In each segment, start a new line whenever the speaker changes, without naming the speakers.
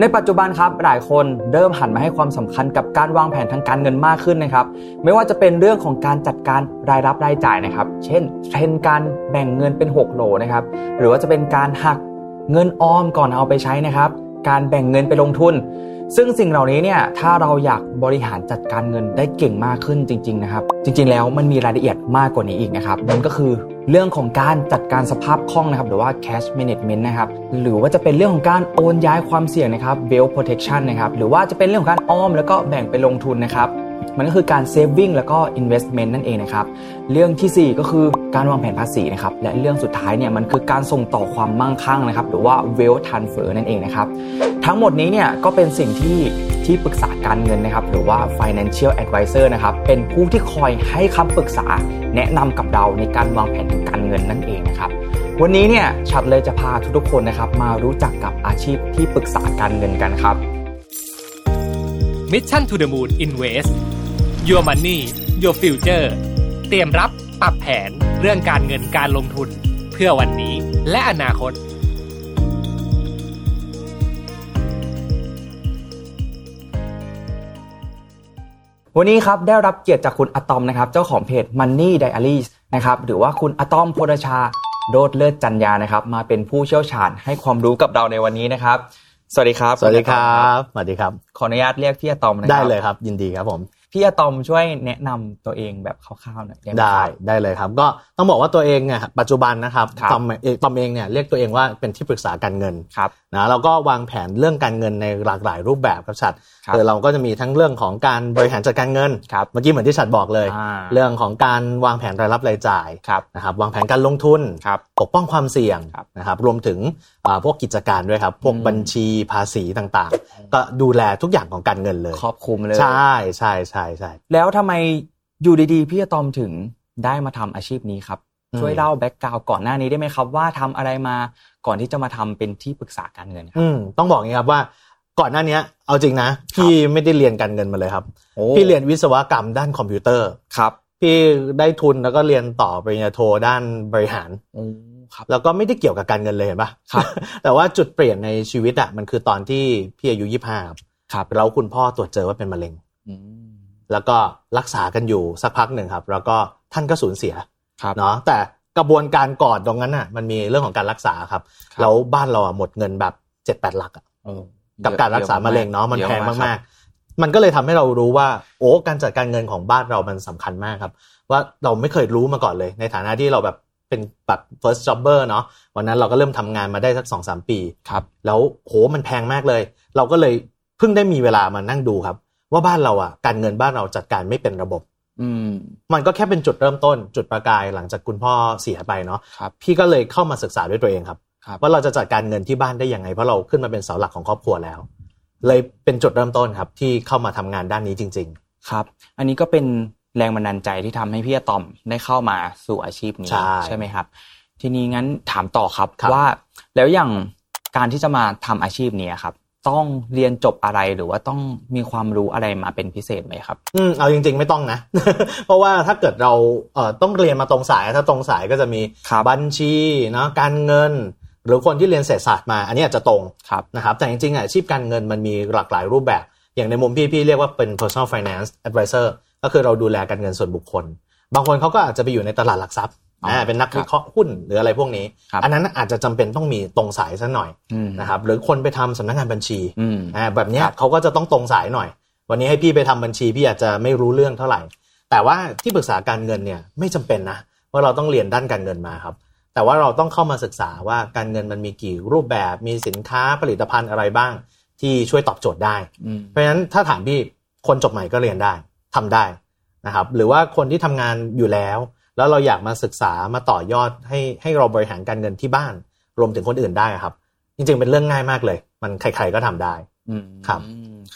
ในปัจจุบันครับหลายคนเริ่มหันมาให้ความสำคัญกับการวางแผนทางการเงินมากขึ้นนะครับ ไม่ว่าจะเป็นเรื่องของการจัดการรายรับรายจ่ายนะครับ เช่นเทรนด์การแบ่งเงินเป็น 6 โหลนะครับ หรือว่าจะเป็นการหักเงินออมก่อนเอาไปใช้นะครับ การแบ่งเงินไปลงทุน ซึ่งสิ่งเหล่านี้เนี่ยถ้าเราอยากบริหารจัดการเงินได้เก่งมากขึ้นจริง ๆ นะครับ จริง ๆ แล้วมันมีรายละเอียดมากกว่านี้อีกนะครับนั่นก็คือเรื่องของการจัดการสภาพคล่องนะครับ หรือว่า cash management นะครับ หรือว่าจะเป็นเรื่องของการโอนย้ายความเสี่ยงนะครับ wealth protection นะครับ หรือว่าจะเป็นเรื่องของการออมแล้วก็แบ่งไปลงทุนนะครับ มันก็คือการ saving แล้วก็ investment นั่นเองนะครับ เรื่องทีสี่ 4 ก็คือการวางแผนภาษีนะครับ และเรื่องสุดท้ายเนี่ยมันคือการส่งต่อความมั่งคั่งนะครับ หรือว่า wealth transfer นั่นเองนะครับ ทั้งหมดนี้เนี่ยก็เป็นสิ่งที่ที่ปรึกษาการเงินนะครับ หรือว่า financial advisor นะครับ เป็นผู้ที่คอยให้คำปรึกษาแนะนำกับเราในการวางแผนทางการเงินนั่นเองนะครับ วันนี้เนี่ยชัดเลยจะพาทุกๆคนนะครับ มารู้จักกับอาชีพที่ปรึกษาการเงินกันครับ
Mission to the Moon Invest Your Money Your Future เตรียมรับปรับแผนเรื่องการเงินการลงทุน เพื่อวันนี้และอนาคต
วันนี้ครับได้รับเกียรติจากคุณอะตอมนะครับ เจ้าของเพจ Money Diaries นะครับหรือว่าคุณอะตอมโพดชาโดดเลิศจันยานะครับ มาเป็นผู้เชี่ยวชาญให้ความรู้กับเราในวันนี้นะครับ สวัสดีครับ
สวัสดีค
ณอะ
รั
ตอม
บ สวัสดีครับ
ขออนุญาตเรียกพี่อะตอมนะครั
ได้เลยครับ ยินดีครับผม
พี่อะตอมช่วยแนะนำตัวเองแบบคร่าวๆหน่อยได้ไหม
ได้
ครับ
ได้เลยครับ ก็ต้องบอกว่าตัวเองเนี่ยปัจจุบันนะครับ
ครับ
ตอมเองตอมเองเนี่ยเรียกตัวเองว่าเป็นที่ปรึกษาการเงิน
ครับ
นะแล้วก็วางแผนเรื่องการเงินในหลากหลายรูปแบบครับชัด
ครับ
อเราก็จะมีทั้งเรื่องของการบริหารจัดการเงิน
ครับ
เมื่อกี้เหมือนที่ชัดบอกเลย
อ่า
เรื่องของการวางแผนรายรับรายจ่าย
ครับ
นะครับวางแผนการลงทุน
ครับ
ปกป้องความเสี่ยง
ครับ
นะครับรวมถึงอ่าพวกกิจการด้วยครับพวก
อืม
บัญชีภาษีต่างๆ ก็ดูแลทุกอย่างของการเงินเลย
ครอบคลุมเลย
ใช่ใช่ใช่ใช่
แล้วทำไมอยู่ดีๆ พี่อะตอมถึงได้มาทำอาชีพนี้ครับ
อืม
ช่วยเล่าแบ็กกราวก่อนหน้านี้ได้ไหมครับ ว่าทำอะไรมาก่อนที่จะมาทำเป็นที่ปรึกษาการเงินครับ
อืมต้องบอกอย่างนี้ครับว่าก่อนหน้าเนี้ยเอาจริงนะ พี่ไม่ได้เรียนการเงินมาเลยครับ
โอ้
พี่เรียนวิศวกรรมด้านคอมพิวเตอร์
ครับ
พี่ได้ทุนแล้วก็เรียนต่อปริญญาโทด้านบริหาร
โอ้ครับ
แล้วก็ไม่ได้เกี่ยวกับการเงินเลยเห็นปะ
ครับ
แต่ว่าจุดเปลี่ยนในชีวิตอะมันคือตอนที่พี่อายุยี่ห้า
ครับ
เราคุณพ่อตรวจเจอว่าเป็นมะเร็ง
อืม
แล้วก็รักษากันอยู่สักพักหนึ่งครับ แล้วก็ท่านก็สูญเสีย
ครับ
เนาะแต่กระบวนการก่อนตรงนั้นน่ะมันมีเรื่องของการรักษาครับ
ครับ
แล้วบ้านเราอะหมดเงินแบบเจ็ดแปดหลักอะ
โอ้
กับการรักษามะเร็งเนาะมัน
ยอ
แพง
ค
มาก
รับ
ๆ มันก็เลยทำให้เรารู้ว่าโอ้การจัดการเงินของบ้านเรามันสำคัญมากครับ ว่าเราไม่เคยรู้มาก่อนเลย ในฐานะที่เราแบบเป็นแบบ first jobber เนาะวันนั้นเราก็เริ่มทำงานมาได้สักสองสามปี
ครับ
แล้วโหมันแพงมากเลย เราก็เลยเพิ่งได้มีเวลามานั่งดูครับ ว่าบ้านเราอ่ะการเงินบ้านเราจัดการไม่เป็นระบบ
อืม
มันก็แค่เป็นจุดเริ่มต้น จุดประกายหลังจากคุณพ่อเสียไปเนาะ
ครับ
พี่ก็เลยเข้ามาศึกษาด้วยตัวเองครับ
ครับ
ว่าเราจะจัดการเงินที่บ้านได้ยังไง เพราะเราขึ้นมาเป็นเสาหลักของครอบครัวแล้ว เลยเป็นจุดเริ่มต้นครับ ที่เข้ามาทำงานด้านนี้จริง
ครับ อันนี้ก็เป็นแรงบันดาลใจที่ทำให้พี่อะตอมได้เข้ามาสู่อาชีพนี้
ใช่
ไหมครับ ทีนี้งั้นถามต่อครับ
ครับ
ว่าแล้วอย่างการที่จะมาทำอาชีพนี้ครับ ต้องเรียนจบอะไรหรือว่าต้องมีความรู้อะไรมาเป็นพิเศษไหมครับ
ๆอืมเอาจริง ๆ ไม่ต้องนะ เพราะว่าถ้าเกิดเราเอ่อต้องเรียนมาตรงสายถ้าตรงสายก็จะมี
ครับ
บัญชีเนาะการเงิน หรือคนที่เรียนเศรษฐศาสตร์มา อันนี้อาจจะตรง
ครับ
นะครับ แต่จริงๆอะอาชีพการเงินมันมีหลากหลายรูปแบบ อย่างในมุมพี่พี่เรียกว่าเป็น personal finance advisor ก็คือเราดูแลการเงินส่วนบุคคล บางคนเขาก็อาจจะไปอยู่ในตลาดหลักทรัพย์
อ๋อ
นะเป็นนักวิเคราะห์หุ้นหรืออะไรพวกนี้
ครับ
อันนั้นอาจจะจำเป็นต้องมีตรงสายสักหน่อย
อืม
นะครับหรือคนไปทำสำนักงานบัญชี
อืม
อ่าแบบเนี้ย
ครับ
เขาก็จะต้องตรงสายหน่อย วันนี้ให้พี่ไปทำบัญชีพี่อาจจะไม่รู้เรื่องเท่าไหร่ แต่ว่าที่ปรึกษาการเงินเนี่ยไม่จำเป็นนะว่าเราต้องเรียนด้านการเงินมาครับ แต่ว่าเราต้องเข้ามาศึกษาว่าการเงินมันมีกี่รูปแบบมีสินค้าผลิตภัณฑ์อะไรบ้าง ที่ช่วยตอบโจทย์ได้
อืม
เพราะฉะนั้นถ้าถามพี่คนจบใหม่ก็เรียนได้ทำได้นะครับหรือว่าคนที่ทำงานอยู่แล้ว แล้วเราอยากมาศึกษามาต่อยอดให้ให้เราบริหารการเงินที่บ้าน รวมถึงคนอื่นได้ครับ จริงๆเป็นเรื่องง่ายมากเลย มันใครๆก็ทำได้
อืม
ครับ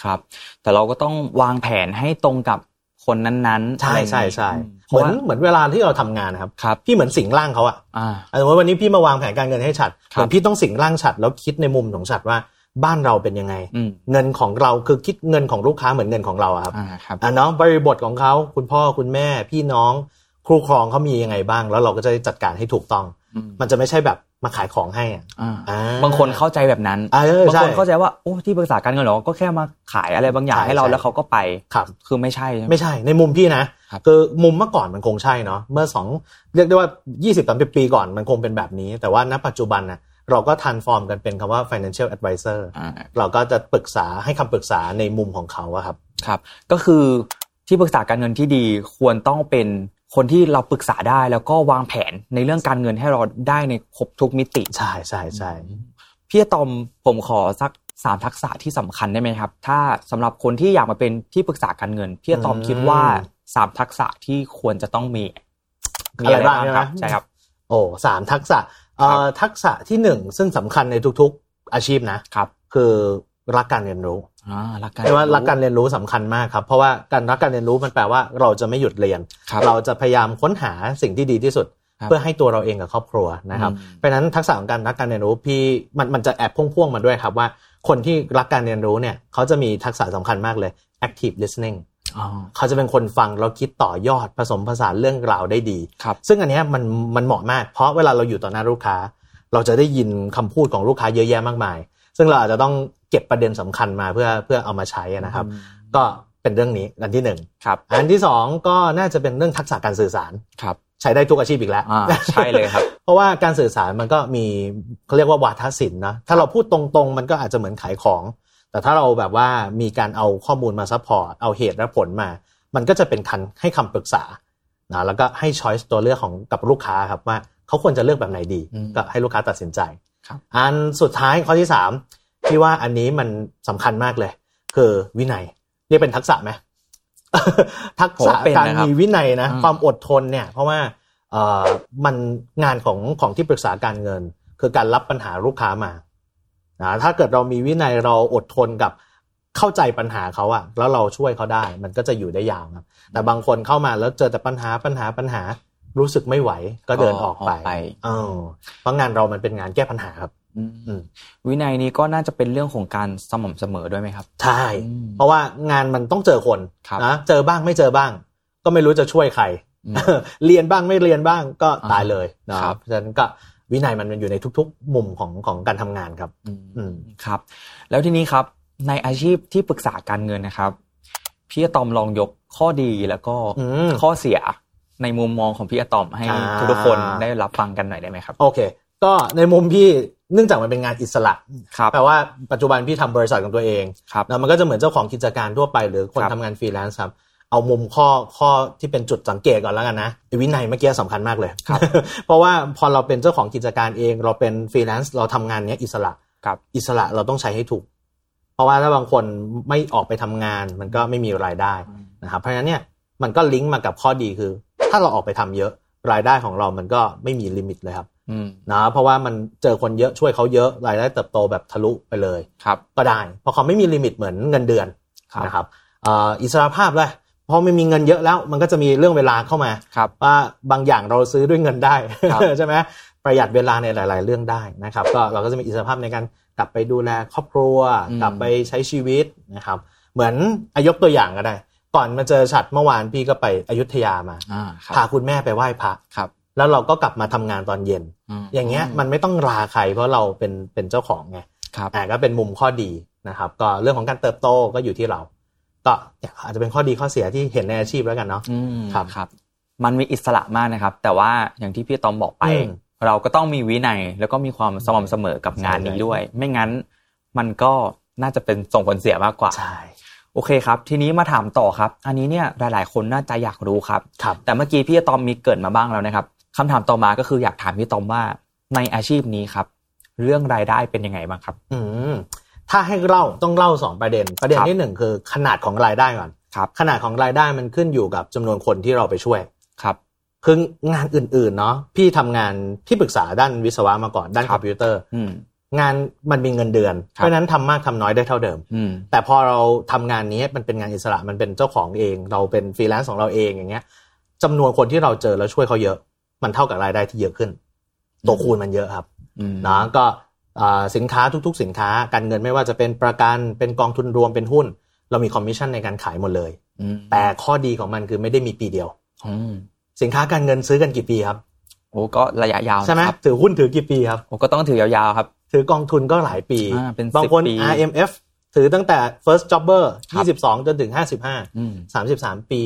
ครับ แต่เราก็ต้องวางแผนให้ตรงกับคนนั้นๆ
ใช่
อะไรอย่าง
ใช่
นี้
ใช่
เพ
เหมื
ราะ
อน
ว่า
เหมือนเวลาที่เราทำงานนะครับ
ครับ
พี่เหมือนสิงร่างเขาอะ
อ่า
สมมติวันนี้พี่มาวางแผนการเงินให้ฉัด
ครับ
เหมือนพี่ต้องสิงร่างฉัดแล้วคิดในมุมของฉัดว่าบ้านเราเป็นยังไง
อืม
เงินของเราคือคิดเงินของลูกค้าเหมือนเงินของเราอะครับ
อ่าครับ
อ่ะเนาะบริบทของเขาคุณพ่อคุณแม่พี่น้องครูครองเขามียังไงบ้าง แล้วเราก็จะได้จัดการให้ถูกต้อง
อืม
มันจะไม่ใช่แบบ มาขายของให้อ่ะ
อ่า
อ่
บางคนเข้าใจแบบนั้น
อ่าเออบ
าง
ใช่
คนเข้าใจว่าโอ้ที่ปรึกษาการเงินเหรอก็แค่มาขายอะไรบางอย่าง
ใช่
ให้เรา
ใช่
แล้วเขาก็ไป
ครับ
คือไม่ใช่ใช่ไหม
ไม่ใช่ในมุมพี่นะครับ คือมุมเมื่อก่อนมันคงใช่เนาะเมื่อสองเรียกได้ว่า 20 30 ปีก่อนมันคงเป็นแบบนี้ แต่ว่าณปัจจุบันนะเราก็ทันฟอร์มกันเป็นคำว่า financial advisor
อ่า
เราก็จะปรึกษาให้คำปรึกษาในมุมของเขาอะครับ
ครับ ก็คือที่ปรึกษาการเงินที่ดีควรต้องเป็นคนที่เราปรึกษาได้แล้วก็วางแผนในเรื่องการเงินให้เราได้ในครบทุกมิติ
ใช่ใช่ใช่
พี่อะตอมผมขอสักสามทักษะที่สำคัญได้ไหมครับ ถ้าสำหรับคนที่อยากมาเป็นที่ปรึกษาการเงิน พี่อะตอมคิดว่าสามทักษะที่ควรจะต้องมีมีอะไรบ้างครับ
เนี่ยนะ
ใช่ครับ
โอ้สามทักษะเอ่อทักษะที่หนึ่งซึ่งสำคัญในทุกๆอาชีพนะ
ครับ
คือรักการเรียนรู้
อ่ารักการ
แต่ว่ารักการเรียนรู้สำคัญมากครับ เพราะว่าการรักการเรียนรู้มันแปลว่าเราจะไม่หยุดเรียน
ครับ
เราจะพยายามค้นหาสิ่งที่ดีที่สุด
ครับ
เพื่อให้ตัวเราเองกับครอบครัวนะครับ
อืม
เพราะฉะนั้นทักษะของการรักการเรียนรู้พี่มันมันจะแอบพ่วงๆมาด้วยครับว่าคนที่รักการเรียนรู้เนี่ยเขาจะมีทักษะสำคัญมากเลย active listening
อ๋อ
เขาจะเป็นคนฟังแล้วคิดต่อยอดผสมผสานเรื่องราวได้ดี
ครับ
ซึ่งอันเนี้ยมันมันเหมาะมาก เพราะเวลาเราอยู่ต่อหน้าลูกค้า เราจะได้ยินคำพูดของลูกค้าเยอะแยะมากมาย ซึ่งเราอาจจะต้องเก็บประเด็นสำคัญมาเพื่อเพื่อเอามาใช้นะครับ ก็เป็นเรื่องนี้อันที่หนึ่ง
ครับ
อันที่สองก็น่าจะเป็นเรื่องทักษะการสื่อสาร
ครับ
ใช้ได้ทุกอาชีพอีกแล้ว
อ่าใช่เลยครับ
เพราะว่าการสื่อสารมันก็มีเขาเรียกว่าวาทศิลป์นะถ้าเราพูดตรงๆ มันก็อาจจะเหมือนขายของ แต่ถ้าเราแบบว่ามีการเอาข้อมูลมาซัพพอร์ตเอาเหตุและผลมา มันก็จะเป็นคันให้คำปรึกษานะแล้วก็ให้ช้อยส์ตัวเลือกของกับลูกค้าครับว่าเขาควรจะเลือกแบบไหนดี
อืม
ก็ให้ลูกค้าตัดสินใจ
ครับ
อันสุดท้ายข้อที่3พี่ว่าอันนี้มันสำคัญมากเลย คือวินัยเรียกเป็นทักษะไหม ทักษะ
ผมว่าเป็น
การ
นะครับ
มีวินัยนะ
อืม
ความอดทนเนี่ย เพราะว่า เอ่อมันงานของของที่ปรึกษาการเงิน คือการรับปัญหาลูกค้ามานะถ้าเกิดเรามีวินัยเราอดทนกับเข้าใจปัญหาเขาอะแล้วเราช่วยเขาได้ มันก็จะอยู่ได้ยาวครับ แต่บางคนเข้ามาแล้วเจอแต่ปัญหาปัญหาปัญหารู้สึกไม่ไหว ก็เดินออกไป
ออกไป
เออเพราะงานเรามันเป็นงานแก้ปัญหาครับ อืม
วินัยนี้ก็น่าจะเป็นเรื่องของการสม่ำเสมอด้วยไหมครับ
ใช่เพราะว่างานมันต้องเจอคน
ครับ
นะเจอบ้างไม่เจอบ้าง ก็ไม่รู้จะช่วยใคร
อืม
เรียนบ้างไม่เรียนบ้างก็ตายเลยนะค
ครั
รับ บฉะนั้นก็วินัยมันอยู่ในทุกๆ มุมของของการทำงานครับ
อืม
อืม
ครับแล้วทีนี้ครับในอาชีพที่ปรึกษาการเงินนะครับ พี่อะตอมลองยกข้อดีแล้วก็
อืม
ข้อเสียในมุมมองของพี่อะตอมให้
อ่า
ทุกๆคนได้รับฟังกันหน่อยได้ไหมครับ
โอเค ก็ในมุมพี่เนื่องจากมันเป็นงานอิสระ
ครับ
แปลว่าปัจจุบันพี่ทำบริษัทของตัวเอง
ครับ
นะมันก็จะเหมือนเจ้าของกิจการทั่วไป หรือคน
ครับ
ทำงานฟรีแลนซ์ครับ เอามุมข้อข้อที่เป็นจุดสังเกตก่อนแล้วกันนะวินัยเมื่อกี้สำคัญมากเลย
ครับ
เพราะว่าพอเราเป็นเจ้าของกิจการเองเราเป็นฟรีแลนซ์เราทำงานเนี้ยอิสระ
ครับ
อิสระเราต้องใช้ให้ถูก เพราะว่าถ้าบางคนไม่ออกไปทำงานมันก็ไม่มีรายได้นะครับเพราะฉะนั้นเนี่ยมันก็ลิงก์มากับข้อดีคือ ถ้าเราออกไปทำเยอะรายได้ของเรามันก็ไม่มีลิมิตเลยครับ
อืม
นะเพราะว่ามันเจอคนเยอะช่วยเขาเยอะรายได้เติบโตแบบทะลุไปเลย
ครับ
ก็ได้ เพราะเขาไม่มีลิมิตเหมือนเงินเดือน
ครับ
นะครับเอ่ออิสระภาพเลยเพราะไม่มีเงินเยอะแล้วมันก็จะมีเรื่องเวลาเข้ามา
ครับ
ว่าบางอย่างเราซื้อด้วยเงินได้
ครับ
ใช่ไหมประหยัดเวลาในหลาย ๆ เรื่องได้นะครับ ก็เราก็จะมีอิสรภาพในการกลับไปดูแลครอบครัว
อืม
กลับไปใช้ชีวิตนะครับ เหมือนอายกตัวอย่างก็ได้ ก่อนมาเจอฉัดเมื่อวานพี่ก็ไปอยุธยามา
อ่าค
พา
รับ
คุณแม่ไปไหว้พระ
ครับ
แล้วเราก็กลับมาทำงานตอนเย็น
ม
อย่างเงี้ยมันไม่ต้องลาใครเพราะเราเป็นเป็นเจ้าของไง
ครับ
อ่าก็เป็นมุมข้อดีนะครับ ก็เรื่องของการเติบโตก็อยู่ที่เรา ก็เนี่ยอาจจะเป็นข้อดีข้อเสียที่เห็นในอาชีพแล้วกันเนาะ
อืม
ครับ
ครับ มันมีอิสระมากนะครับ แต่ว่าอย่างที่พี่อะตอมบอกไป
อืม
เราก็ต้องมีวินัยแล้วก็มีความสม่ำเสมอกับงานนี้
ใช่
ด้วย ไม่งั้นมันก็น่าจะเป็นส่งผลเสียมากกว่า
ใช่
โอเคครับ ทีนี้มาถามต่อครับ อันนี้เนี่ยหลาย ๆ คนน่าจะอยากรู้ครับ
ครับ
แต่เมื่อกี้พี่อะตอมมีเกริดมาบ้างแล้วนะครับคำถามต่อมาก็คืออยากถามพี่ตอมว่าในอาชีพนี้ครับ เรื่องรายได้เป็นยังไงบ้างครับ
อืมถ้าให้เล่าต้องเล่าสองประเด็น ประเด็น
ครับ
ที่หนึ่งคือขนาดของรายได้ก่อน
ครับ
ขนาดของรายได้มันขึ้นอยู่กับจำนวนคนที่เราไปช่วย
ครับ
คืองานอื่นๆเนาะพี่ทำงานที่ปรึกษาด้านวิศวะมาก่อนด้าน
ครับ
คอมพิวเตอร์
อืม
งานมันมีเงินเดือน
ครับ
เพราะฉะนั้นทำมากทำน้อยได้เท่าเดิม
อืม
แต่พอเราทำงานนี้มันเป็นงานอิสระมันเป็นเจ้าของเอง เราเป็นฟรีแลนซ์ของเราเองอย่างเงี้ยจำนวนคนที่เราเจอแล้วช่วยเขาเยอะ มันเท่ากับรายได้ที่เยอะขึ้น ตัวคูณมันเยอะครับ
อืม
นะก็อ่าสินค้าทุกๆ สินค้าการเงินไม่ว่าจะเป็นประกันเป็นกองทุนรวมเป็นหุ้น เรามีคอมมิชชั่นในการขายหมดเลย
อืม
แต่ข้อดีของมันคือไม่ได้มีปีเดียว
อืม
สินค้าการเงินซื้อกันกี่ปีครับ
โอ โอ้ก็ระยะยาว
ใช่ไหม
ครับ
ถือหุ้นถือกี่ปีครับ
โอ้ก็ต้องถือยาวๆครับ
ถือกองทุนก็หลายปี
อ่าเป็น
บางคน
10ปี
RMF ถือตั้งแต่ first jobber
ครับ
22 จนถึง
อืม
55 33 ปี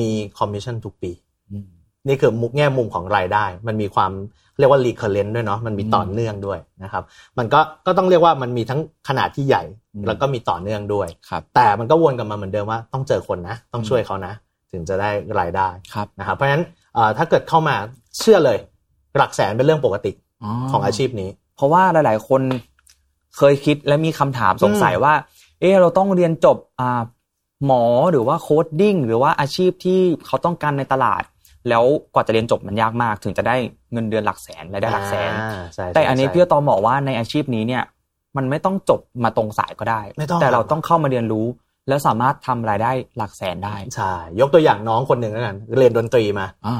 มีคอมมิชชั่นทุกปี
อืม
นี่คือมุกแง่มุมของรายได้ มันมีความเรียกว่า recurrent ด้วยเนาะมันมี
อืม
ต่อเนื่องด้วยนะครับ มันก็ก็ต้องเรียกว่ามันมีทั้งขนาดที่ใหญ่
อืม
แล้วก็มีต่อเนื่องด้วย
ครับ
แต่มันก็วนกลับมาเหมือนเดิมว่าต้องเจอคนนะ ต้องช่วยเขานะ ถึงจะได้รายได้
ครับ
นะครับเพราะฉะนั้นเอ่อถ้าเกิดเข้ามาเชื่อเลย หลักแสนเป็นเรื่องปกติของอาชีพนี้
เพราะว่าหลาย ๆ คนเคยคิดและมีคำถามสงสัยว่า เออเราต้องเรียนจบอ่าหมอหรือว่าโคดดิ้งหรือว่าอาชีพที่เขาต้องการในตลาด แล้วกว่าจะเรียนจบมันยากมาก ถึงจะได้เงินเดือนหลักแสนรายได้หลักแสน
อ่าใช่
แต่อันนี้
ใช่
พี่ก็ตอบบอกว่าในอาชีพนี้เนี่ยมันไม่ต้องจบมาตรงสายก็ได้
ไม่ต้อง
แต่เราต้องเข้ามาเรียนรู้ แล้วสามารถทำรายได้หลักแสนได้
ใช่ยกตัวอย่างน้องคนหนึ่งแล้วกันเรียนดนตรีมา
อ่า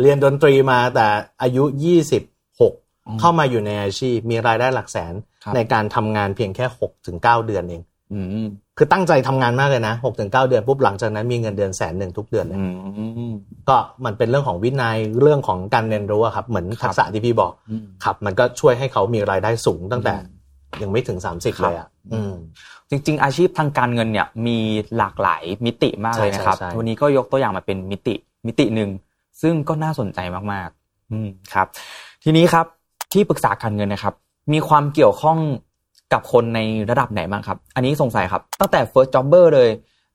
เรียนดนตรีมาแต่อายุ 26
อืม
เข้ามาอยู่ในอาชีพมีรายได้หลักแสน
ครับ
ในการทำงานเพียงแค่6ถึง9เดือนเอง
อืม
คือตั้งใจทำงานมากเลยนะ6ถึง9เดือนปุ๊บหลังจากนั้นมีเงินเดือนแสนหนึ่งทุกเดือนเลย
อืม
ก็มันเป็นเรื่องของวินัยเรื่องของการเรียนรู้อะครับ เหมือน
ครับ
ทักษะที่พี่บอก
อืม
ครับ มันก็ช่วยให้เขามีรายได้สูงตั้งแต่
อื
ยังไม่ถึง 30
ครับ
เลยอ่ะอืม
จริง ๆ อาชีพทางการเงินเนี่ยมีหลากหลายมิติมากเลยนะครับ
ใช่ใช่ใช่
วันนี้ก็ยกตัวอย่างมาเป็นมิติมิติหนึ่งซึ่งก็น่าสนใจมากๆ อืมครับ ทีนี้ครับที่ปรึกษาการเงินนะครับ มีความเกี่ยวข้องกับคนในระดับไหนบ้างครับ อันนี้สงสัยครับ ตั้งแต่ first jobber เลย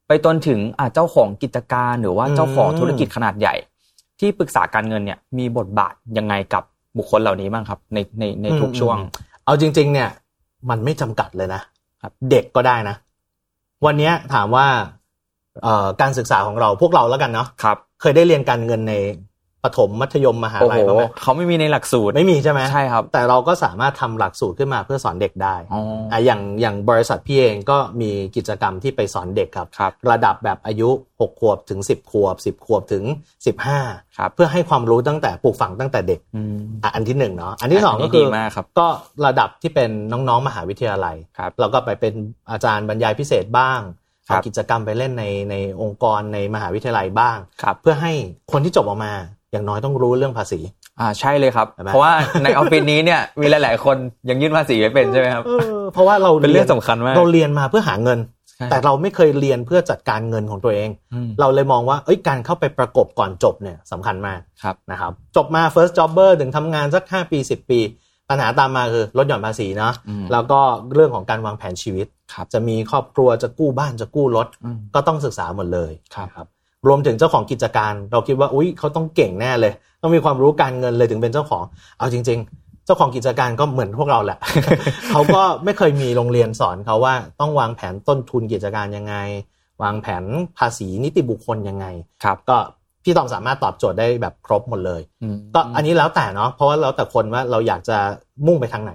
ไปจนถึงอ่ะเจ้าของกิจการหรือว่าเจ้าของธุรกิจขนาดใหญ่ ที่ปรึกษาการเงินเนี่ยมีบทบาทยังไงกับบุคคลเหล่านี้บ้างครับ ในในในทุกช่วง
อืมอืมเอาจริง ๆ เนี่ย มันไม่จำกัดเลยนะครับ เด็กก็ได้นะ วันเนี้ยถามว่าเอ่อการศึกษาของเราพวกเราแล้วกันเนาะ
ครับ
เคยได้เรียนการเงินในประถมมัธยมมหา
โอ้
ลั
โห
ยบ้างไหม
เขาไม่มีในหลักสูตร
ไม่มีใช่ไหม
ใช่ครับ
แต่เราก็สามารถทำหลักสูตรขึ้นมาเพื่อสอนเด็กได้
อ๋อ
อ่ะอย่างอย่างบริษัทพี่เองก็มีกิจกรรมที่ไปสอนเด็กครับ
ครับ
ระดับแบบอายุ 6 ขวบถึง 10 ขวบ 10 ขวบถึง
ครับ
15 เพื่อให้ความรู้ตั้งแต่ปลูกฝังตั้งแต่เด็ก
อืม
อ่ะอันที่หนึ่งเนาะอันที่สอง
นนี้
ก็คือ
ดีมากครับ
ก็ระดับที่เป็นน้องๆ มหาวิทยาลัย
ครับ
เราก็ไปเป็นอาจารย์บรรยายพิเศษบ้าง
ครับ
เอากิจกรรมไปเล่นในในองค์กรในมหาวิทยาลัยบ้าง
ครับ
เพื่อให้คนที่จบออกมาอย่างน้อยต้องรู้เรื่องภาษี
อ่าใช่เลยครับ
เห็นไหม
เพราะว่าในออฟฟิศนี้เนี่ยมีหลายๆคนยังยื่นภาษีไม่เป็นใช่ไหมครับ
เออเพราะว่าเรา
เป็นเรื่องสำคัญมาก
เราเรียนมาเพื่อหาเงิน
ใช่
แต่เราไม่เคยเรียนเพื่อจัดการเงินของตัวเอง
อืม
เราเลยมองว่าเอ้ยการเข้าไปประกบก่อนจบเนี่ยสำคัญมาก
ครับ
นะครับจบมา first jobber ถึงทำงานสัก 5 ปี 10 ปี ปัญหาตามมาคือลดหย่อนภาษีเนาะ
อืม
แล้วก็เรื่องของการวางแผนชีวิต
ครับ
จะมีครอบครัวจะกู้บ้านจะกู้รถ
อืม
ก็ต้องศึกษาหมดเลย
ครับ
นะครับรวมถึงเจ้าของกิจการ เราคิดว่าอุ้ยเขาต้องเก่งแน่เลย ต้องมีความรู้การเงินเลยถึงเป็นเจ้าของ เอาจริง ๆ เจ้าของกิจการก็เหมือนพวกเราแหละ เขาก็ไม่เคยมีโรงเรียนสอนเขาว่าต้องวางแผนต้นทุนกิจการยังไง วางแผนภาษีนิติบุคคลยังไง
ครับ
ก็พี่ตอมสามารถตอบโจทย์ได้แบบครบหมดเลย
อืม
ก็อันนี้แล้วแต่เนาะเพราะว่าแล้วแต่คนว่าเราอยากจะมุ่งไปทางไหน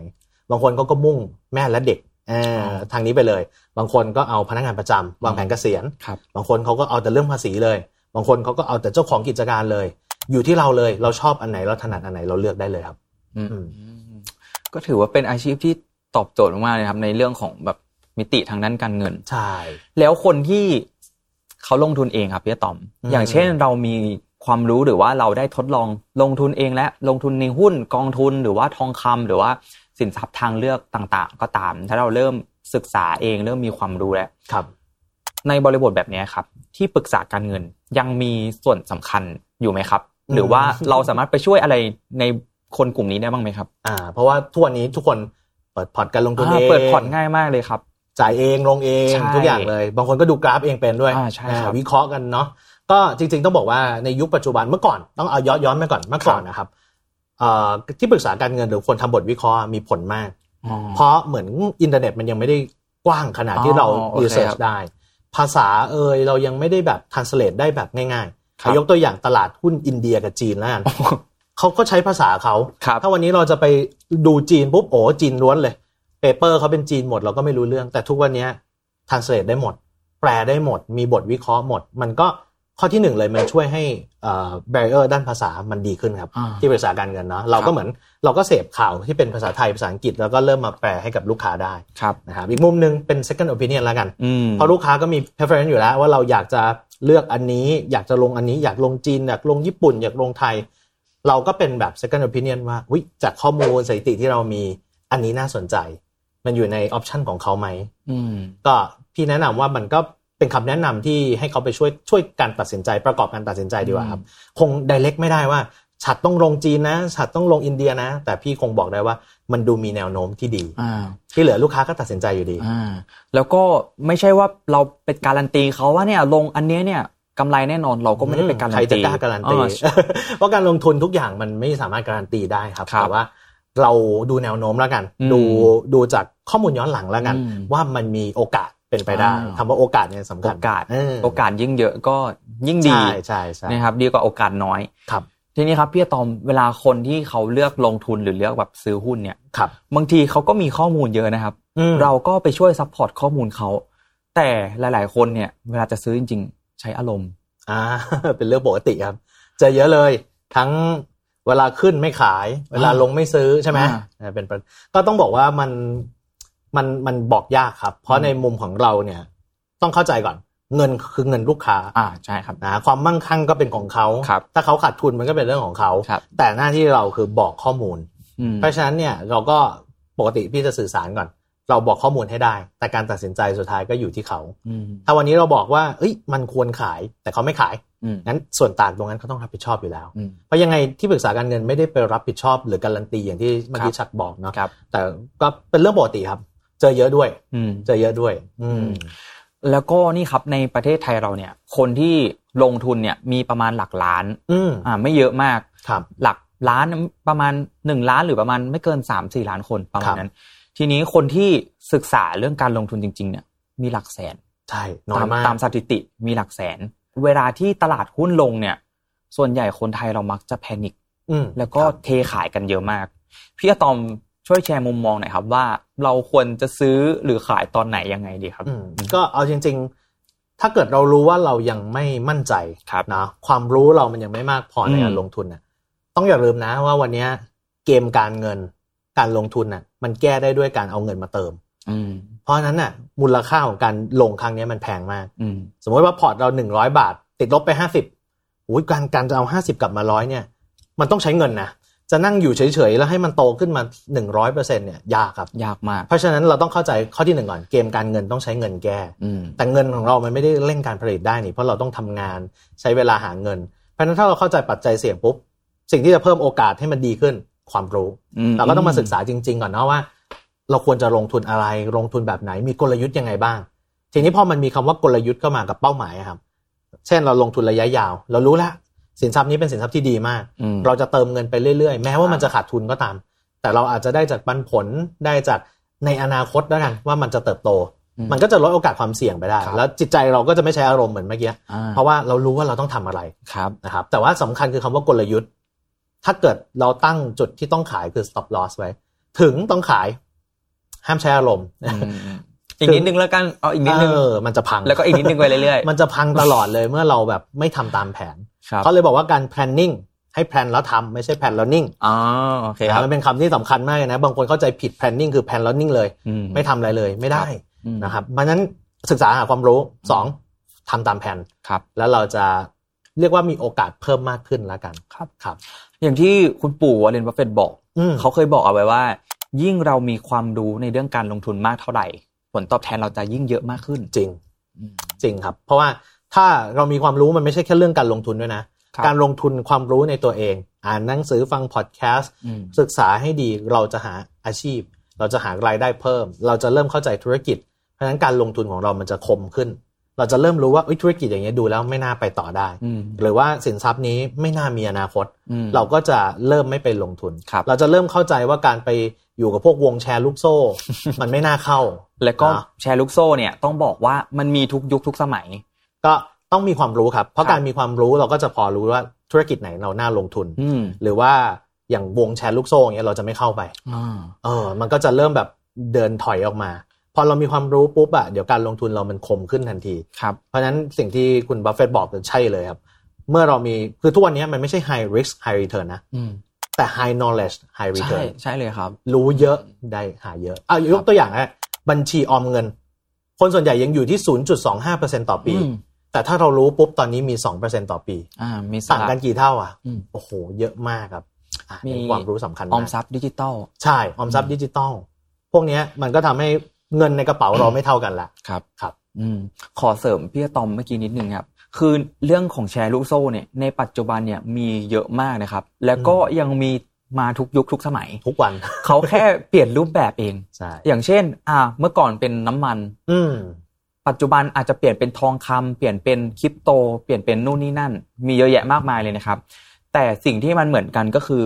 บางคนก็ก็มุ่งแม่และเด็กเอออา ทางนี้ไปเลย บางคนก็เอาพนักงานประจำวางแผนเกษียณ
ครับ
บางคนเขาก็เอาแต่เรื่องภาษีเลย บางคนเขาก็เอาแต่เจ้าของกิจการเลย อยู่ที่เราเลยเราชอบอันไหนเราถนัดอันไหนเราเลือกได้เลยครับ
อืม
อืม
ก็ถือว่าเป็นอาชีพที่ตอบโจทย์มากๆเลยครับ ในเรื่องของแบบมิติทางด้านการเงิน
ใช่
แล้วคนที่เขาลงทุนเองครับพี่ต๋อม
อืม
อย่างเช่นเรามีความรู้หรือว่าเราได้ทดลองลงทุนเองและลงทุนในหุ้นกองทุนหรือว่าทองคำหรือว่าสินทรัพย์ทางเลือกต่างๆ ก็ตาม ถ้าเราเริ่มศึกษาเองเริ่มมีความรู้แล้ว
ครับ
ในบริบทแบบนี้ครับ ที่ปรึกษาการเงินยังมีส่วนสำคัญอยู่ไหมครับ หรือว่าเราสามารถไปช่วยอะไรในคนกลุ่มนี้ได้บ้างไหมครับ
อ่า เพราะว่าทุกวันนี้ทุกคนเปิดพอร์ตการลงทุน
อ่า
เอง
เปิดพอร์ตง่ายมากเลยครับ
จ่ายเองลงเอง
ใช่
ทุกอย่างเลย บางคนก็ดูกราฟเองเป็นด้วย
อ่าใช่ครับ
อ่าวิเคราะห์กันเนาะก็จริงๆต้องบอกว่าในยุคปัจจุบันเมื่อก่อนต้องเอาย้อนย้อนไปก่อนเมื่อก่อนนะครับเอ่อที่ปรึกษาการเงินหรือคนทำบทวิเคราะห์มีผลมาก เพราะเหมือนอินเทอร์เน็ตมันยังไม่ได้กว้างขนาดที่เรา
อ๋อโอเค
รีเสิร์ช
ครับ
ได้ ภาษาเอยเรายังไม่ได้แบบทันสเลตได้แบบง่าย
ครับ
ๆยกตัวอย่างตลาดหุ้นอินเดียกับจีนแล้วกันเขาก็ใช้ภาษาเขา
ครับ
ถ้าวันนี้เราจะไปดูจีนปุ๊บโอ้จีนล้วนเลยเปเปอร์เขาเป็นจีนหมดเราก็ไม่รู้เรื่อง แต่ทุกวันนี้ทันสเลตได้หมด แปลได้หมด มีบทวิเคราะห์หมด มันก็ข้อที่หนึ่งเลยมันช่วยให้เอ่อ barrier ด้านภาษามันดีขึ้นครับ
อ่า
ที่ปรึกษาการเงินเนาะเรา
ครั
ก็
บ
เหมือนเราก็เสพข่าวที่เป็นภาษาไทยภาษาอังกฤษแล้วก็เริ่มมาแปลให้กับลูกค้าได้
ครับ
นะครับอีกมุมหนึงเป็น second opinion แล้วกัน
อืม
เพราะลูกค้าก็มี preference อยู่แล้วว่าเราอยากจะเลือกอันนี้ อยากจะลงอันนี้ อยากลงจีน อยากลงญี่ปุ่น อยากลงไทย เราก็เป็นแบบ second opinion ว่าวิจากข้อมูลสถิติที่เรามีอันนี้น่าสนใจ มันอยู่ในออปชันของเขาไหม
อืม
ก็พี่แนะนำว่ามันก็เป็นคำแนะนำที่ให้เขาไปช่วยช่วยการตัดสินใจประกอบการตัดสินใจดีกว่าครับ คงด r e c t ไม่ได้ว่าฉัดต้องลงจีนนะฉัดต้องลงอินเดียนะ แต่พี่คงบอกได้ว่ามันดูมีแนวโน้มที่ดี
อ่า
ที่เหลือลูกค้าก็ตัดสินใจอยู่ดี
อ่า แล้วก็ไม่ใช่ว่าเราเป็นการันตีเขาว่าเนี่ยลงอันเนี้ยเนี่ยกำไรแน่นอนเราก็ไม่ได้เป็นการันตี
ใครจะกล้าการันตี
อ่ใช่
เพราะการลงทุนทุกอย่างมันไม่สามารถการันตีได้ครับ
ครับ
แต่ว่าเราดูแนวโน้มแล้วกัน
อืม
ดูดูจากข้อมูลย้อนหลังแล้วกัน
อืม
ว่ามันมีโอกาสเป็นไปได้
อ่า
คำว่าโอกาสเนี่ยสำคัญ
โอกาส
เ
โอกาสยิ่งเยอะก็ยิ่งดี
ใช่ใช่ใช่
นะครับดีกว่าโอกาสน้อย
ครับ
ทีนี้ครับพี่อะตอมเวลาคนที่เขาเลือกลงทุนหรือเลือกแบบซื้อหุ้นเนี่ย
ครับ
บางทีเขาก็มีข้อมูลเยอะนะครับ
อืม
เราก็ไปช่วยซัพพอร์ตข้อมูลเขา แต่หลาย ๆ คนเนี่ย เวลาจะซื้อจริง ๆ ใช้อารมณ์
อ่า เป็นเรื่องปกติครับ เจอเยอะเลยทั้งเวลาขึ้นไม่ขาย เวลาลงไม่ซื้อใช่ไหม
อ่า
เออเป็นประก็ต้องบอกว่ามันมันมันบอกยากครับ เพ
อื
ราะ
ม
ในมุมของเราเนี่ย ต้องเข้าใจก่อน เงินคือเงินลูกค้า
อ่าใช่ครับ
นะความมั่งคั่งก็เป็นของเขา
ครับ
ถ้าเขาขาดทุนมันก็เป็นเรื่องของเขา
ครับ
แต่หน้าที่เราคือบอกข้อมูล
อืม
เพราะฉะนั้นเนี่ยเราก็ปกติพี่จะสื่อสารก่อน เราบอกข้อมูลให้ได้ แต่การตัดสินใจสุดท้ายก็อยู่ที่เขา
อืม
ถ้าวันนี้เราบอกว่าเอ้ยมันควรขาย แต่เขาไม่ขาย
อืม
งั้นส่วนต่างตรงนั้นเขาต้องรับผิดชอบอยู่แล้ว
อืม
เพราะยังไงที่ปรึกษาการเงินไม่ได้ไปรับผิดชอบ หรือการันตีอย่างที่เมื่อ
ค
กี้
รับ
ชัดบอกเนาะ
ครับ
แต่ก็เป็นเรื่องปกติครับ เจอเยอะด้วย
อืม
เจอเยอะด้วย อืม
แล้วก็นี่ครับในประเทศไทยเราเนี่ย คนที่ลงทุนเนี่ยมีประมาณหลักล้าน
อืม
อ่าไม่เยอะมาก
ครับ
หลักล้านประมาณ 1 ล้านหรือประมาณไม่เกิน 3 4 ล้านคนประมาณนั้น ทีนี้คนที่ศึกษาเรื่องการลงทุนจริง ๆ เนี่ย มีหลักแสน
ใช่น้อย
ตาม
มาก
ตามสถิติมีหลักแสน เวลาที่ตลาดหุ้นลงเนี่ย ส่วนใหญ่คนไทยเรามักจะแพนิค
อืม
แล้วก็เทขายกันเยอะมาก พี่อะตอมช่วยแชร์มุมมองหน่อยครับว่าเราควรจะซื้อหรือขายตอนไหนยังไงดีครับ
อืมก็เอาจริง ๆ ถ้าเกิดเรารู้ว่าเรายังไม่มั่นใจ
ครับ
นะความรู้เรามันยังไม่มากพอใน
อืม
การลงทุนน่ะ ต้องอย่าลืมนะว่าวันเนี้ยเกมการเงินการลงทุนน่ะ มันแก้ได้ด้วยการเอาเงินมาเติม
อืม
เพราะฉะนั้นน่ะ มูลค่าของการลงครั้งเนี้ยมันแพงมาก
อืม
สมมติว่าพอร์ตเราหนึ่งร้อยบาท ติดลบไปห้าสิบอุ้ยการการจะเอาห้าสิบกลับมาร้อยเนี่ย มันต้องใช้เงินนะ จะนั่งอยู่เฉยๆ แล้วให้มันโตขึ้นมาหนึ่งร้อยเปอร์เซ็นเนี่ยยากครับ
ยากมาก
เพราะฉะนั้นเราต้องเข้าใจข้อที่หนึ่งก่อนเกมการเงินต้องใช้เงินแก้
อืม
แต่เงินของเรามันไม่ได้เร่งการผลิตได้นี่เพราะเราต้องทำงานใช้เวลาหาเงิน เพราะฉะนั้นถ้าเราเข้าใจปัจจัยเสี่ยงปุ๊บสิ่งที่จะเพิ่มโอกาสให้มันดีขึ้นความรู้ เราก็ต้องมาศึกษาจริง ๆ ก่อนเนาะว่า เราควรจะลงทุนอะไรลงทุนแบบไหนมีกลยุทธ์ยังไงบ้าง ทีนี้พอมันมีคำว่ากลยุทธ์เข้ามากับเป้าหมายอะครับ เช่นเราลงทุนระยะยาว เรารู้ละสินทรัพย์นี้เป็นสินทรัพย์ที่ดีมาก
อืม
เราจะเติมเงินไปเรื่อยๆ แม้ว่ามันจะขาดทุนก็ตาม แต่เราอาจจะได้จากปันผลได้จากในอนาคตแล้วกันว่ามันจะเติบโต
อืม
มันก็จะลดโอกาสความเสี่ยงไปได้
ครับ
แล้วจิตใจเราก็จะไม่ใช้อารมณ์เหมือนเมื่อกี้
อ่า
เพราะว่าเรารู้ว่าเราต้องทำอะไร
ครับ
นะครับแต่ว่าสำคัญคือคำว่ากลยุทธ์ ถ้าเกิดเราตั้งจุดที่ต้องขายคือ stop loss ไว้ ถึงต้องขาย ห้ามใช้อารมณ์
อีกนิดนึงแล้วกัน เอาอีกนิดนึง
เออมันจะพัง
แล้วก็อีกนิดนึงไปเรื่อยๆ
มันจะพังตลอดเลยเมื่อเราแบบไม่ทำตามแผน
ครับ
เขาเลยบอกว่าการ planning ให้แพลนแล้วทำไม่ใช่แพลนแล้วนิ่ง
อ๋อโอเคค
นะ
รับ
มันเป็นคำที่สำคัญมากเลยนะ บางคนเข้าใจผิด planning คือแพลนแล้วนิ่งเลย
อื
ไม่ทำอะไรเลยไม่ได้
อืม
นะครับเพราะฉะนั้นศึกษาหาความรู้สองทำตามแผน
ครับ
แล้วเราจะเรียกว่ามีโอกาสเพิ่มมากขึ้นละกัน
ครับ
ครับ
อย่างที่คุณปู่วอร์เรนบัฟเฟตต์บอก
อืม
เขาเคยบอกเอาไว้ว่า ยิ่งเรามีความรู้ในเรื่องการลงทุนมากเท่าไหร่ ผลตอบแทนเราจะยิ่งเยอะมากขึ้น
จริงจริงครับ เพราะว่าถ้าเรามีความรู้มันไม่ใช่แค่เรื่องการลงทุนด้วยนะ
ครับ
การลงทุนความรู้ในตัวเอง อ่านหนังสือฟังพอดแคสต์
อืม
ศึกษาให้ดีเราจะหาอาชีพ เราจะหารายได้เพิ่ม เราจะเริ่มเข้าใจธุรกิจ เพราะฉะนั้นการลงทุนของเรามันจะคมขึ้น เราจะเริ่มรู้ว่าเอ้ยธุรกิจอย่างเงี้ยดูแล้วไม่น่าไปต่อได้
อืม
หรือว่าสินทรัพย์นี้ไม่น่ามีอนาคต
อืม
เราก็จะเริ่มไม่ไปลงทุน
ครับ
เราจะเริ่มเข้าใจว่าการไปอยู่กับพวกวงแชร์ลูกโซ่ มันไม่น่าเข้า
แล้วก็
อ่า
แชร์ลูกโซ่เนี่ยต้องบอกว่ามันมีทุกยุคทุกสมัย
ก็ต้องมีความรู้ครับ เพราะ
ครับ
การมีความรู้เราก็จะพอรู้ว่าธุรกิจไหนเราน่าลงทุน
อืม
หรือว่าอย่างวงแชร์ลูกโซ่อย่างเงี้ยเราจะไม่เข้าไป
อ่า
เออ มันก็จะเริ่มแบบเดินถอยออกมา พอเรามีความรู้ปุ๊บอะเดี๋ยวการลงทุนเรามันคมขึ้นทันที
ครับ
เพราะฉะนั้นสิ่งที่คุณบัฟเฟตต์บอกใช่เลยครับ เมื่อเรามีคือทุกวันนี้มันไม่ใช่ high risk high return นะ
อืม
แต่ high knowledge high
ใช่
return
ใช่เลยครับ
รู้เยอะได้หาเยอะเอายกตัวอย่างนะบัญชีออมเงิน คนส่วนใหญ่ยังอยู่ที่ 0.25%ต่อปี
อืม
แต่ถ้าเรารู้ปุ๊บตอนนี้มี 2%ต่อปี
อ่ามีส
ต่าง
ลั
กับ นกี่เท่าอ่ะ
อืม
โอ้โห เยอะมากครับอ่ะ
มี
เป็นความรู้สำคัญ
อ
มา
อก มทรัพย์ดิจิตอล
ใช่ออมทรัพย์ดิจิตอลพวกเนี้ยมันก็ทำให้เงินในกระเป๋าเราไม่เท่ากันละ
ครับ
ครับ
อืมขอเสริมพี่อะตอมเมื่อกี้นิดนึงครับ คือเรื่องของแชร์ลูกโซ่เนี่ยในปัจจุบันเนี่ยมีเยอะมากนะครับ แล้วก็ยังมีมาทุกยุคทุกสมัย
ทุกวัน
เขาแค่เปลี่ยนรูปแบบเอง
ใช่
อย่างเช่น อ่า เมื่อก่อนเป็นน้ำมัน
อืม
ปัจจุบันอาจจะเปลี่ยนเป็นทองคำเปลี่ยนเป็นคริปโต เปลี่ยนเป็นนู่นนี่นั่น มีเยอะแยะมากมายเลยนะครับ แต่สิ่งที่มันเหมือนกันก็คือ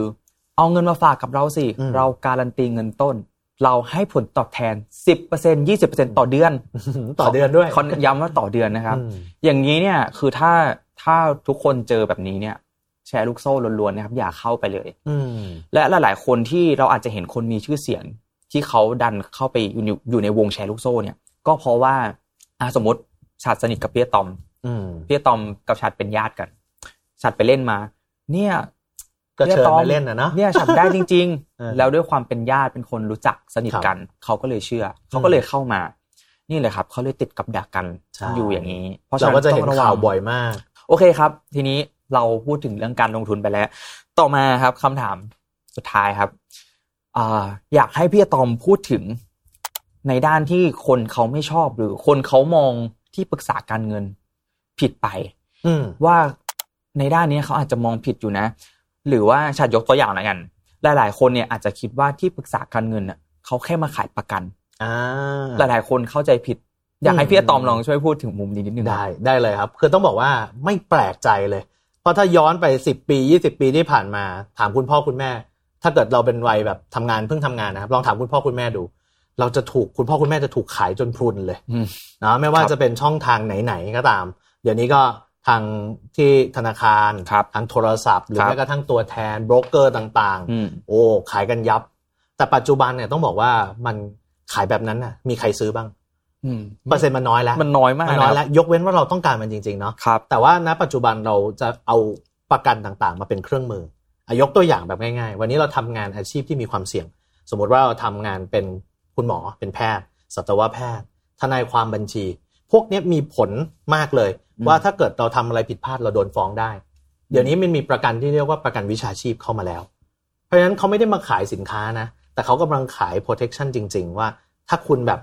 เอาเงินมาฝากกับเราสิ เราการันตีเงินต้น เราให้ผลตอบแทน 10% 20%ต่อเดือน
ต่อเดือนด้วย
ขย้ำว่าต่อเดือนนะครับ
อืม
อย่างนี้เนี่ยคือถ้าถ้าทุกคนเจอแบบนี้เนี่ยแชร์ลูกโซ่ล้วนๆนะครับอย่าเข้าไปเลย
อืม
และหลายๆคนที่เราอาจจะเห็นคนมีชื่อเสียง ที่เขาดันเข้าไปอยู่ในอยู่ในวงแชร์ลูกโซ่เนี่ย ก็เพราะว่าอ่ะสมมติฉัดสนิทกับเปียตอม
อืม
เปียตอมกับฉัดเป็นญาติกันฉัดไปเล่นมา เนี่ย
ก็เชิญ
ปียตอ
ไปเล่นนะเนาะ
เนี่ยฉัดได้จริง
เออ
ๆ แล้วด้วยความเป็นญาติเป็นคนรู้จักสนิทกัน เขาก็เลยเชื่อ เขาก็เลยเข้ามา นี่แหละครับเขาเลยติดกับดักกัน
ใช่
อยู่อย่างนี้
เราก็จะเห็น
ต้องรวั
ข่าง วบ่อยมาก
โอเคครับ ทีนี้เราพูดถึงเรื่องการลงทุนไปแล้ว ต่อมาครับคำถามสุดท้ายครับอาอยากให้พี่อะตอมพูดถึงในด้านที่คนเขาไม่ชอบหรือคนเขามองที่ปรึกษาการเงินผิดไป
อืม
ว่าในด้านนี้เขาอาจจะมองผิดอยู่นะ หรือว่าฉัดยกตัวอย่างละกันหลาย ๆ คนเนี่ยอาจจะคิดว่าที่ปรึกษาการเงินน่ะเขาแค่มาขายประกัน
อ่า
หลาย ๆ คนเข้าใจผิด อยากให้พี่อะตอมลองช่วยพูดถึงมุมนี้นิดนึงครับ
ได้ได้เลยครับ คือต้องบอกว่าไม่แปลกใจเลย เพราะถ้าย้อนไป 10 ปี 20 ปีที่ผ่านมา ถามคุณพ่อคุณแม่ ถ้าเกิดเราเป็นวัยแบบทำงานเพิ่งทำงานนะครับ ลองถามคุณพ่อคุณแม่ดู เราจะถูกคุณพ่อคุณแม่จะถูกขายจนพรุนเลย
อืม
นะไม่ว่า
ครับ
จะเป็นช่องทางไหนๆก็ตาม เดี๋ยวนี้ก็ทางที่ธนาคาร
ครับ
ทางโทรศัพท์หรือ
ครับ
แม้กระทั่งตัวแทนโบรกเกอร์ต่าง
อืม
ๆ โอ้ขายกันยับ แต่ปัจจุบันเนี่ยต้องบอกว่ามันขายแบบนั้นน่ะมีใครซื้อบ้าง
อืม
เปอร์เซ็นต์มันน้อยแล้ว
มันน้อยมาก
มัน
นะ
น้อย
ค
แล้
รับ
ว ยกเว้นว่าเราต้องการมันจริง ๆ เนาะ
ครับ
แต่ว่าณปัจจุบันเราจะเอาประกันต่างๆ มาเป็นเครื่องมืออ่ะยกตัวอย่างแบบง่ายๆ วันนี้เราทำงานอาชีพที่มีความเสี่ยง สมมุติว่าเราทำงานเป็นคุณหมอเป็นแพทย์ สัตวแพทย์ ทนายความบัญชี พวกเนี้ยมีผลมากเลย
อืม
ว่าถ้าเกิดเราทำอะไรผิดพลาดเราโดนฟ้องได้ เดี๋ยวนี้มันมีประกันที่เรียกว่าประกันวิชาชีพเข้ามาแล้ว เพราะฉะนั้นเขาไม่ได้มาขายสินค้านะ แต่เขากำลังขาย protection จริง ๆ ว่าถ้าคุณแบบ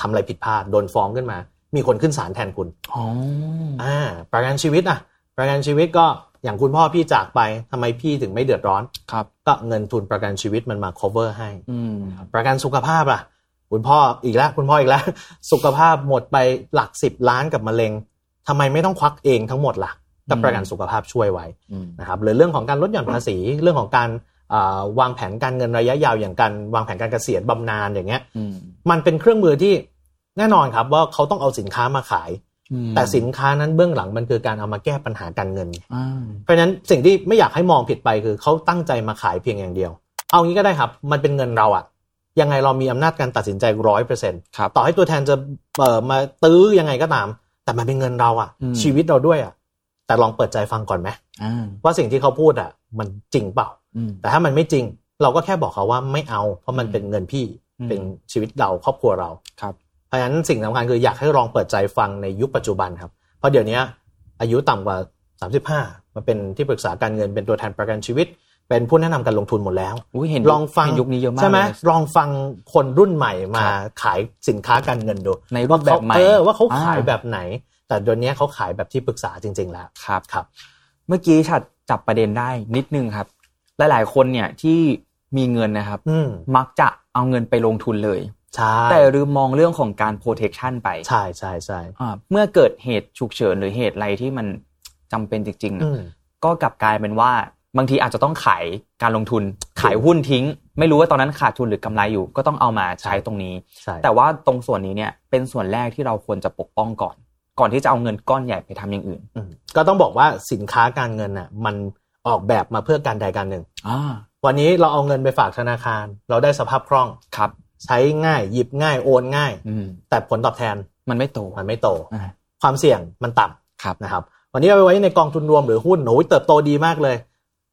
ทำอะไรผิดพลาดโดนฟ้องขึ้นมา มีคนขึ้นศาลแทนคุณ
อ๋อ
อ่าประกันชีวิตอ่ะประกันชีวิตก็อย่างคุณพ่อพี่จากไปทำไมพี่ถึงไม่เดือดร้อน
ครับ
ก็เงินทุนประกันชีวิตมันมา cover ให้
อืม
ประกันสุขภาพล่ะ คุณพ่ออีกแล้วคุณพ่ออีกแล้ว สุขภาพหมดไปหลักสิบล้านกับมะเร็งทำไมไม่ต้องควักเองทั้งหมดล่ะแต่
อืม
ประกันสุขภาพช่วยไว้
อืม
นะครับหรือเรื่องของการลดหย่อนภาษีเรื่องของการอ่าวางแผนการเงินระยะยาวอย่างการวางแผนการเกษียณบำนาญอย่างเงี้ย
อืม
มันเป็นเครื่องมือที่แน่นอนครับว่าเขาต้องเอาสินค้ามาขาย แต่สินค้านั้นเบื้องหลังมันคือการเอามาแก้ปัญหาการเงิน
อ่า
เพราะฉะนั้นสิ่งที่ไม่อยากให้มองผิดไปคือเขาตั้งใจมาขายเพียงอย่างเดียว เอางี้ก็ได้ครับ มันเป็นเงินเราอะยังไงเรามีอำนาจการตัดสินใจร้อยเปอร์เซ็นต์
ครับ
ต่อให้ตัวแทนจะเอ่อมาตื้อยังไงก็ตาม แต่มันเป็นเงินเราอะ
อืม
ชีวิตเราด้วยอะแต่ลองเปิดใจฟังก่อนไหม
อ่า
ว่าสิ่งที่เขาพูดอะมันจริงเปล่า
อืม
แต่ถ้ามันไม่จริง เราก็แค่บอกเขาว่าไม่เอา เพราะมันเป็นเงินพี่
อืม
เป็นชีวิตเราครอบครัวเรา
ครับ
เพราะฉะนั้นสิ่งสำคัญคืออยากให้ลองเปิดใจฟังในยุคปัจจุบันครับ เพราะเดี๋ยวนี้อายุต่ำกว่า 35มาเป็นที่ปรึกษาการเงินเป็นตัวแทนประกันชีวิต เป็นผู้แนะนำการลงทุนหมดแล้ว
อุ้ยเห็น
ลองฟัง
เห็นยุคนี้เยอะมาก
ใช่ไหม
เลย
ลองฟังคนรุ่นใหม่มา
ครับ
ขายสินค้าการเงินดู
ในรูป
ว่าเขา
แบบใหม่
เออว่าเขา
อ่า
ขายแบบไหน แต่เดี๋ยวนี้เขาขายแบบที่ปรึกษาจริง ๆ แล้ว
ครับ
ครับ
เมื่อกี้ฉัดจับประเด็นได้นิดนึงครับ หลาย ๆ คนเนี่ยที่มีเงินนะครับ
อืม
มักจะเอาเงินไปลงทุนเลย
ใช่
แต่ลืมมองเรื่องของการ protection ไป
ใช่ใช่ใช่
อ่าเมื่อเกิดเหตุฉุกเฉินหรือเหตุอะไรที่มันจำเป็นจริงๆ
อื
เนี่ย
ม
ก็กลับกลายเป็นว่าบางทีอาจจะต้องขายการลงทุนขายหุ้นทิ้ง ไม่รู้ว่าตอนนั้นขาดทุนหรือกำไรอยู่ ก็ต้องเอามาใช้ตรงนี้
ใช่
แต่ว่าตรงส่วนนี้เนี่ยเป็นส่วนแรกที่เราควรจะปกป้องก่อน ก่อนที่จะเอาเงินก้อนใหญ่ไปทำอย่างอื่น
อืมก็ต้องบอกว่าสินค้าการเงินน่ะมันออกแบบมาเพื่อการใดการหนึ่ง
อ่า
วันนี้เราเอาเงินไปฝากธนาคาร เราได้สภาพคล่อง
ครับ
ใช้ง่าย หยิบง่ายโอนง่าย
อืม
แต่ผลตอบแทน
มันไม่โต
มันไม่โต
อ่า
ความเสี่ยงมันต่
ครับ
ำนะครับ วันนี้เอาไปไว้ในกองทุนรวมหรือหุ้นโอ้ยเติบโตดีมากเลย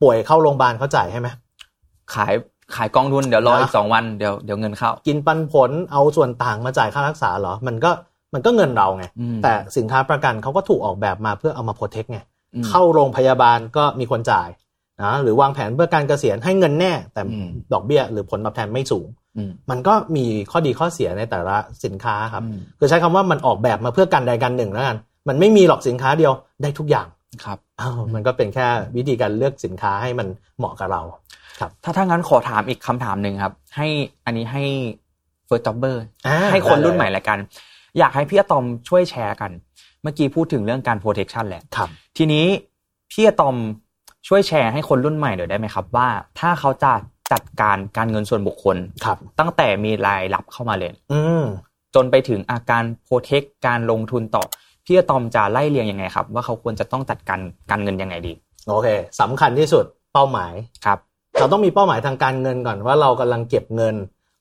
ป่วยเข้าโรงพยาบาลเขาจ่ายให้ไหม
ขายขายกองทุนเดี๋ยวรอ
นะ
อีกสองวันเดี๋ยวเดี๋ยวเงินเข้า
กินปันผลเอาส่วนต่างมาจ่ายค่ารักษาเหรอ มันก็ มันก็เงินเราไง
อืม
แต่สินค้าประกันเขาก็ถูกออกแบบมาเพื่อเอามาโปรเทคไง
อืม
เข้าโรงพยาบาลก็มีคนจ่ายนะหรือวางแผนเพื่อการเกษียณให้เงินแน่ แต่
อืม
ดอกเบี้ยหรือผลตอบแทนไม่สูง
อืม
มันก็มีข้อดีข้อเสียในแต่ละสินค้าครับ
อืม
คือใช้คำว่ามันออกแบบมาเพื่อการใดการหนึ่งแล้วกัน มันไม่มีหรอกสินค้าเดียวได้ทุกอย่าง
ครับ
อ้าวมันก็เป็นแค่วิธีการเลือกสินค้าให้มันเหมาะกับเรา
ถ้าถ้างั้นขอถามอีกคำถามหนึ่งครับ ให้อันนี้ให้เฟิร์สจ็อบเบอร์
อ่า
ให้คน
ได้เลย
รุ่นใหม่ละกัน อยากให้พี่อะตอมช่วยแชร์กัน เมื่อกี้พูดถึงเรื่องการโปรเทคชันแหละ
ครับ
ทีนี้พี่อะตอมช่วยแชร์ให้คนรุ่นใหม่หน่อยได้ไหมครับว่า ถ้าเขาจะจัดการการเงินส่วนบุคคล
ครับ
ตั้งแต่มีรายรับเข้ามาเลย
อืม
จนไปถึงอาการโปรเทคการลงทุนต่อ พี่อะตอมจะไล่เรียงยังไงครับ ว่าเขาควรจะต้องจัดการการเงินยังไงดี
โอเคสำคัญที่สุดเป้าหมาย
ครับ
เราต้องมีเป้าหมายทางการเงินก่อนว่าเรากำลังเก็บเงิน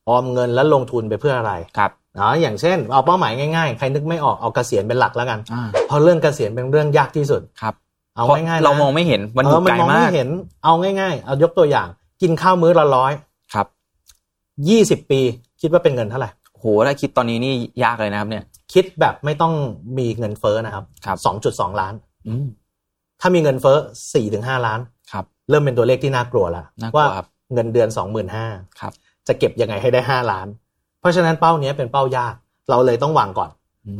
ออมเงินและลงทุนไปเพื่ออะไร
ครับ
เนาะอย่างเช่น เอาเป้าหมายง่ายๆ ใครนึกไม่ออกเอาเกษียณเป็นหลักแล้วกัน
อ่า
เพราะเรื่องเกษียณเป็นเรื่องยากที่สุด
ครับ
เอา
พระ
ง่ายๆนะ
เรามองไม่เห็นมันอยู่
เออ
ไกล
มอง
มา
ไม่
ก
เห็นเอาง่ายๆ เอายกตัวอย่าง กินข้าวมื้อละร้อย
ครับ
ยี่สิบปี คิดว่าเป็นเงินเท่าไหร่
โหถ้าคิดตอนนี้นี่ยากเลยนะครับเนี่ย
คิดแบบไม่ต้องมีเงินเฟ้อนะครับ
ครับ
สองจุดสองล้าน
อืม
ถ้ามีเงินเฟ้อสี่ถึงห้าล้าน
ครับ
เริ่มเป็นตัวเลขที่น่ากลัวแล้ว
น่ากลัว
ว่า
ครับ
เงินเดือนสองหมื่นห้า
ครับ
จะเก็บยังไงให้ได้ห้าล้าน เพราะฉะนั้นเป้าเนี้ยเป็นเป้ายาก เราเลยต้องวางก่อน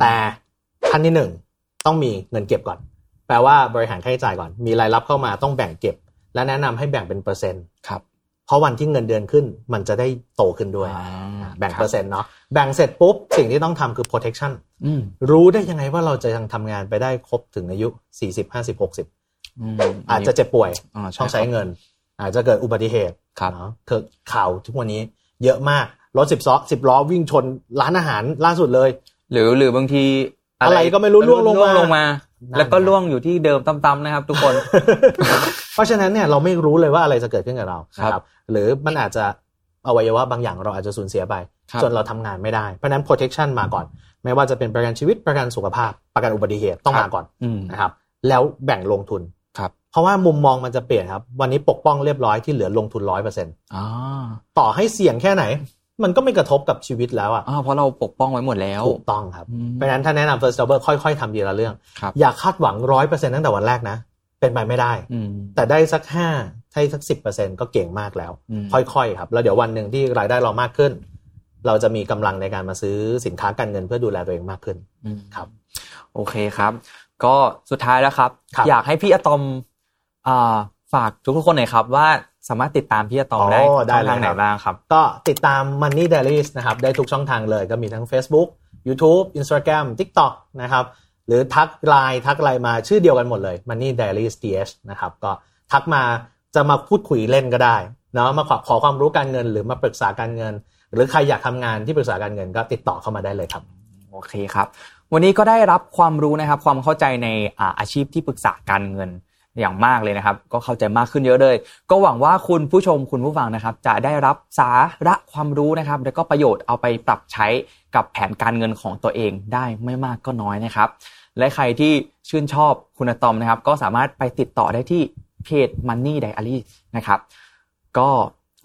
แต่ขั้นที่หนึ่งต้องมีเงินเก็บก่อน แปลว่าบริหารค่าใช้จ่ายก่อน มีรายรับเข้ามาต้องแบ่งเก็บ และแนะนำให้แบ่งเป็นเปอร์เซ็นต์
ครับ
เพราะวันที่เงินเดือนขึ้น มันจะได้โตขึ้นด้วย
อ่า
แบ่ง
ค
เปอร์เซ็นต์เนาะแบ่งเสร็จปุ๊บสิ่งที่ต้องทำคือ protection
อืม
รู้ได้ยังไงว่าเราจะยังทำงานไปได้ครบถึงอายุ 40 50 60
อืม
อาจจะเจ็บป่วย
อ่า
ต้อง
ช่
ใช้เงิน อาจจะเกิดอุบัติเหตุ
ครับ
เนาะเกิดข่าวทุกวันนี้เยอะมาก รถสิบล้อสิบล้อวิ่งชนร้านอาหารล่าสุดเลย
หรือหรือบางที
อะไรก็ไม่รู้ล่วงลงมา
ลงมา
นั่น
แล้วก็
ไง
ล่วงอยู่ที่เดิมตำๆนะครับ ทุกคน
เพราะฉะนั้นเนี่ยเราไม่รู้เลยว่าอะไรจะเกิดขึ้นกับเรา
ครับ
นะครับ หรือมันอาจจะอวัยวะบางอย่างเราอาจจะสูญเสียไป
ครับ
จนเราทำงานไม่ได้ เพราะฉะนั้น protection มาก่อน ไม่ว่าจะเป็นประกันชีวิตประกันสุขภาพ ประกันอุบัติเหตุต้องมาก่อน
อืม
นะครับ แล้วแบ่งลงทุน
ครับ
เพราะว่ามุมมองมันจะเปลี่ยนครับ วันนี้ปกป้องเรียบร้อยที่เหลือลงทุนร้อยเปอร์เซ็นต์
อ๋อ
ต่อให้เสี่ยงแค่ไหน มันก็ไม่กระทบกับชีวิตแล้วอ่ะ
อ๋อเพราะเราปกป้องไว้หมดแล้ว
ถูกต้องครับ
อืม
เพราะฉะนั้นถ้าแนะนำ first jobber ค่อยๆทำทีละเรื่อง
ครับ
อย่าคาดหวังร้อยเปอร์เซ็นตั้งแต่วันแรกนะ เป็นไปไม่ได้
อืม
แต่ได้สักห้าให้สักสิบเปอร์เซ็นก็เก่งมากแล้ว
อืม
ค่อยๆครับ แล้วเดี๋ยววันหนึ่งที่รายได้เรามากขึ้น เราจะมีกำลังในการมาซื้อสินค้าการเงินเพื่อดูแลตัวเองมากขึ้น
อืม
ครับ
โอเคครับ ก็สุดท้ายแล้วครับ
ครับ
อยากให้พี่อะตอมอ่าฝากทุกๆคนหน่อยครับว่าสามารถติดตามพี่อะตอมได้ช่องทางไหนบ้างครับ
ก็ติดตาม Money Diaries นะครับ ได้ทุกช่องทางเลยก็มีทั้ง Facebook YouTube Instagram TikTok นะครับ หรือทักไลน์ทักไลน์มาชื่อเดียวกันหมดเลย Money Diaries TH นะครับ ก็ทักมาจะมาพูดคุยเล่นก็ได้เนาะมาขอขอความรู้การเงินหรือมาปรึกษาการเงิน หรือใครอยากทำงานที่ปรึกษาการเงินก็ติดต่อเข้ามาได้เลยครับ
โอเคครับ วันนี้ก็ได้รับความรู้นะครับ ความเข้าใจในอาอาชีพที่ปรึกษาการเงินอย่างมากเลยนะครับ ก็เข้าใจมากขึ้นเยอะเลย ก็หวังว่าคุณผู้ชมคุณผู้ฟังนะครับ จะได้รับสาระความรู้นะครับ แล้วก็ประโยชน์เอาไปปรับใช้กับแผนการเงินของตัวเองได้ไม่มากก็น้อยนะครับ และใครที่ชื่นชอบคุณอะตอมนะครับ ก็สามารถไปติดต่อได้ที่เพจ Money Diary นะครับ ก็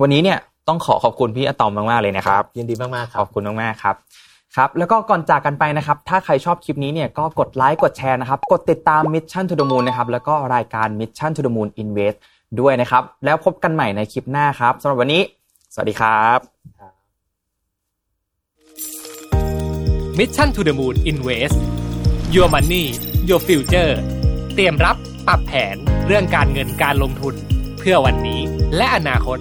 วันนี้เนี่ยต้องขอขอบคุณพี่อะตอมมากๆเลยนะครับ
ยินดีมากๆค
ข
รั
อ
บบ
คุณมากๆครับครับ แล้วก็ก่อนจากกันไปนะครับ ถ้าใครชอบคลิปนี้เนี่ยก็กดไลค์กดแชร์นะครับ กดติดตาม Mission to the Moon นะครับ แล้วก็รายการ Mission to the Moon Invest ด้วยนะครับ แล้วพบกันใหม่ในคลิปหน้าครับสำหรับวันนี้ สวัสดีครับ
Mission to the Moon Invest Your Money Your Future เตรียมรับปรับแผนเรื่องการเงินการลงทุน เพื่อวันนี้และอนาคต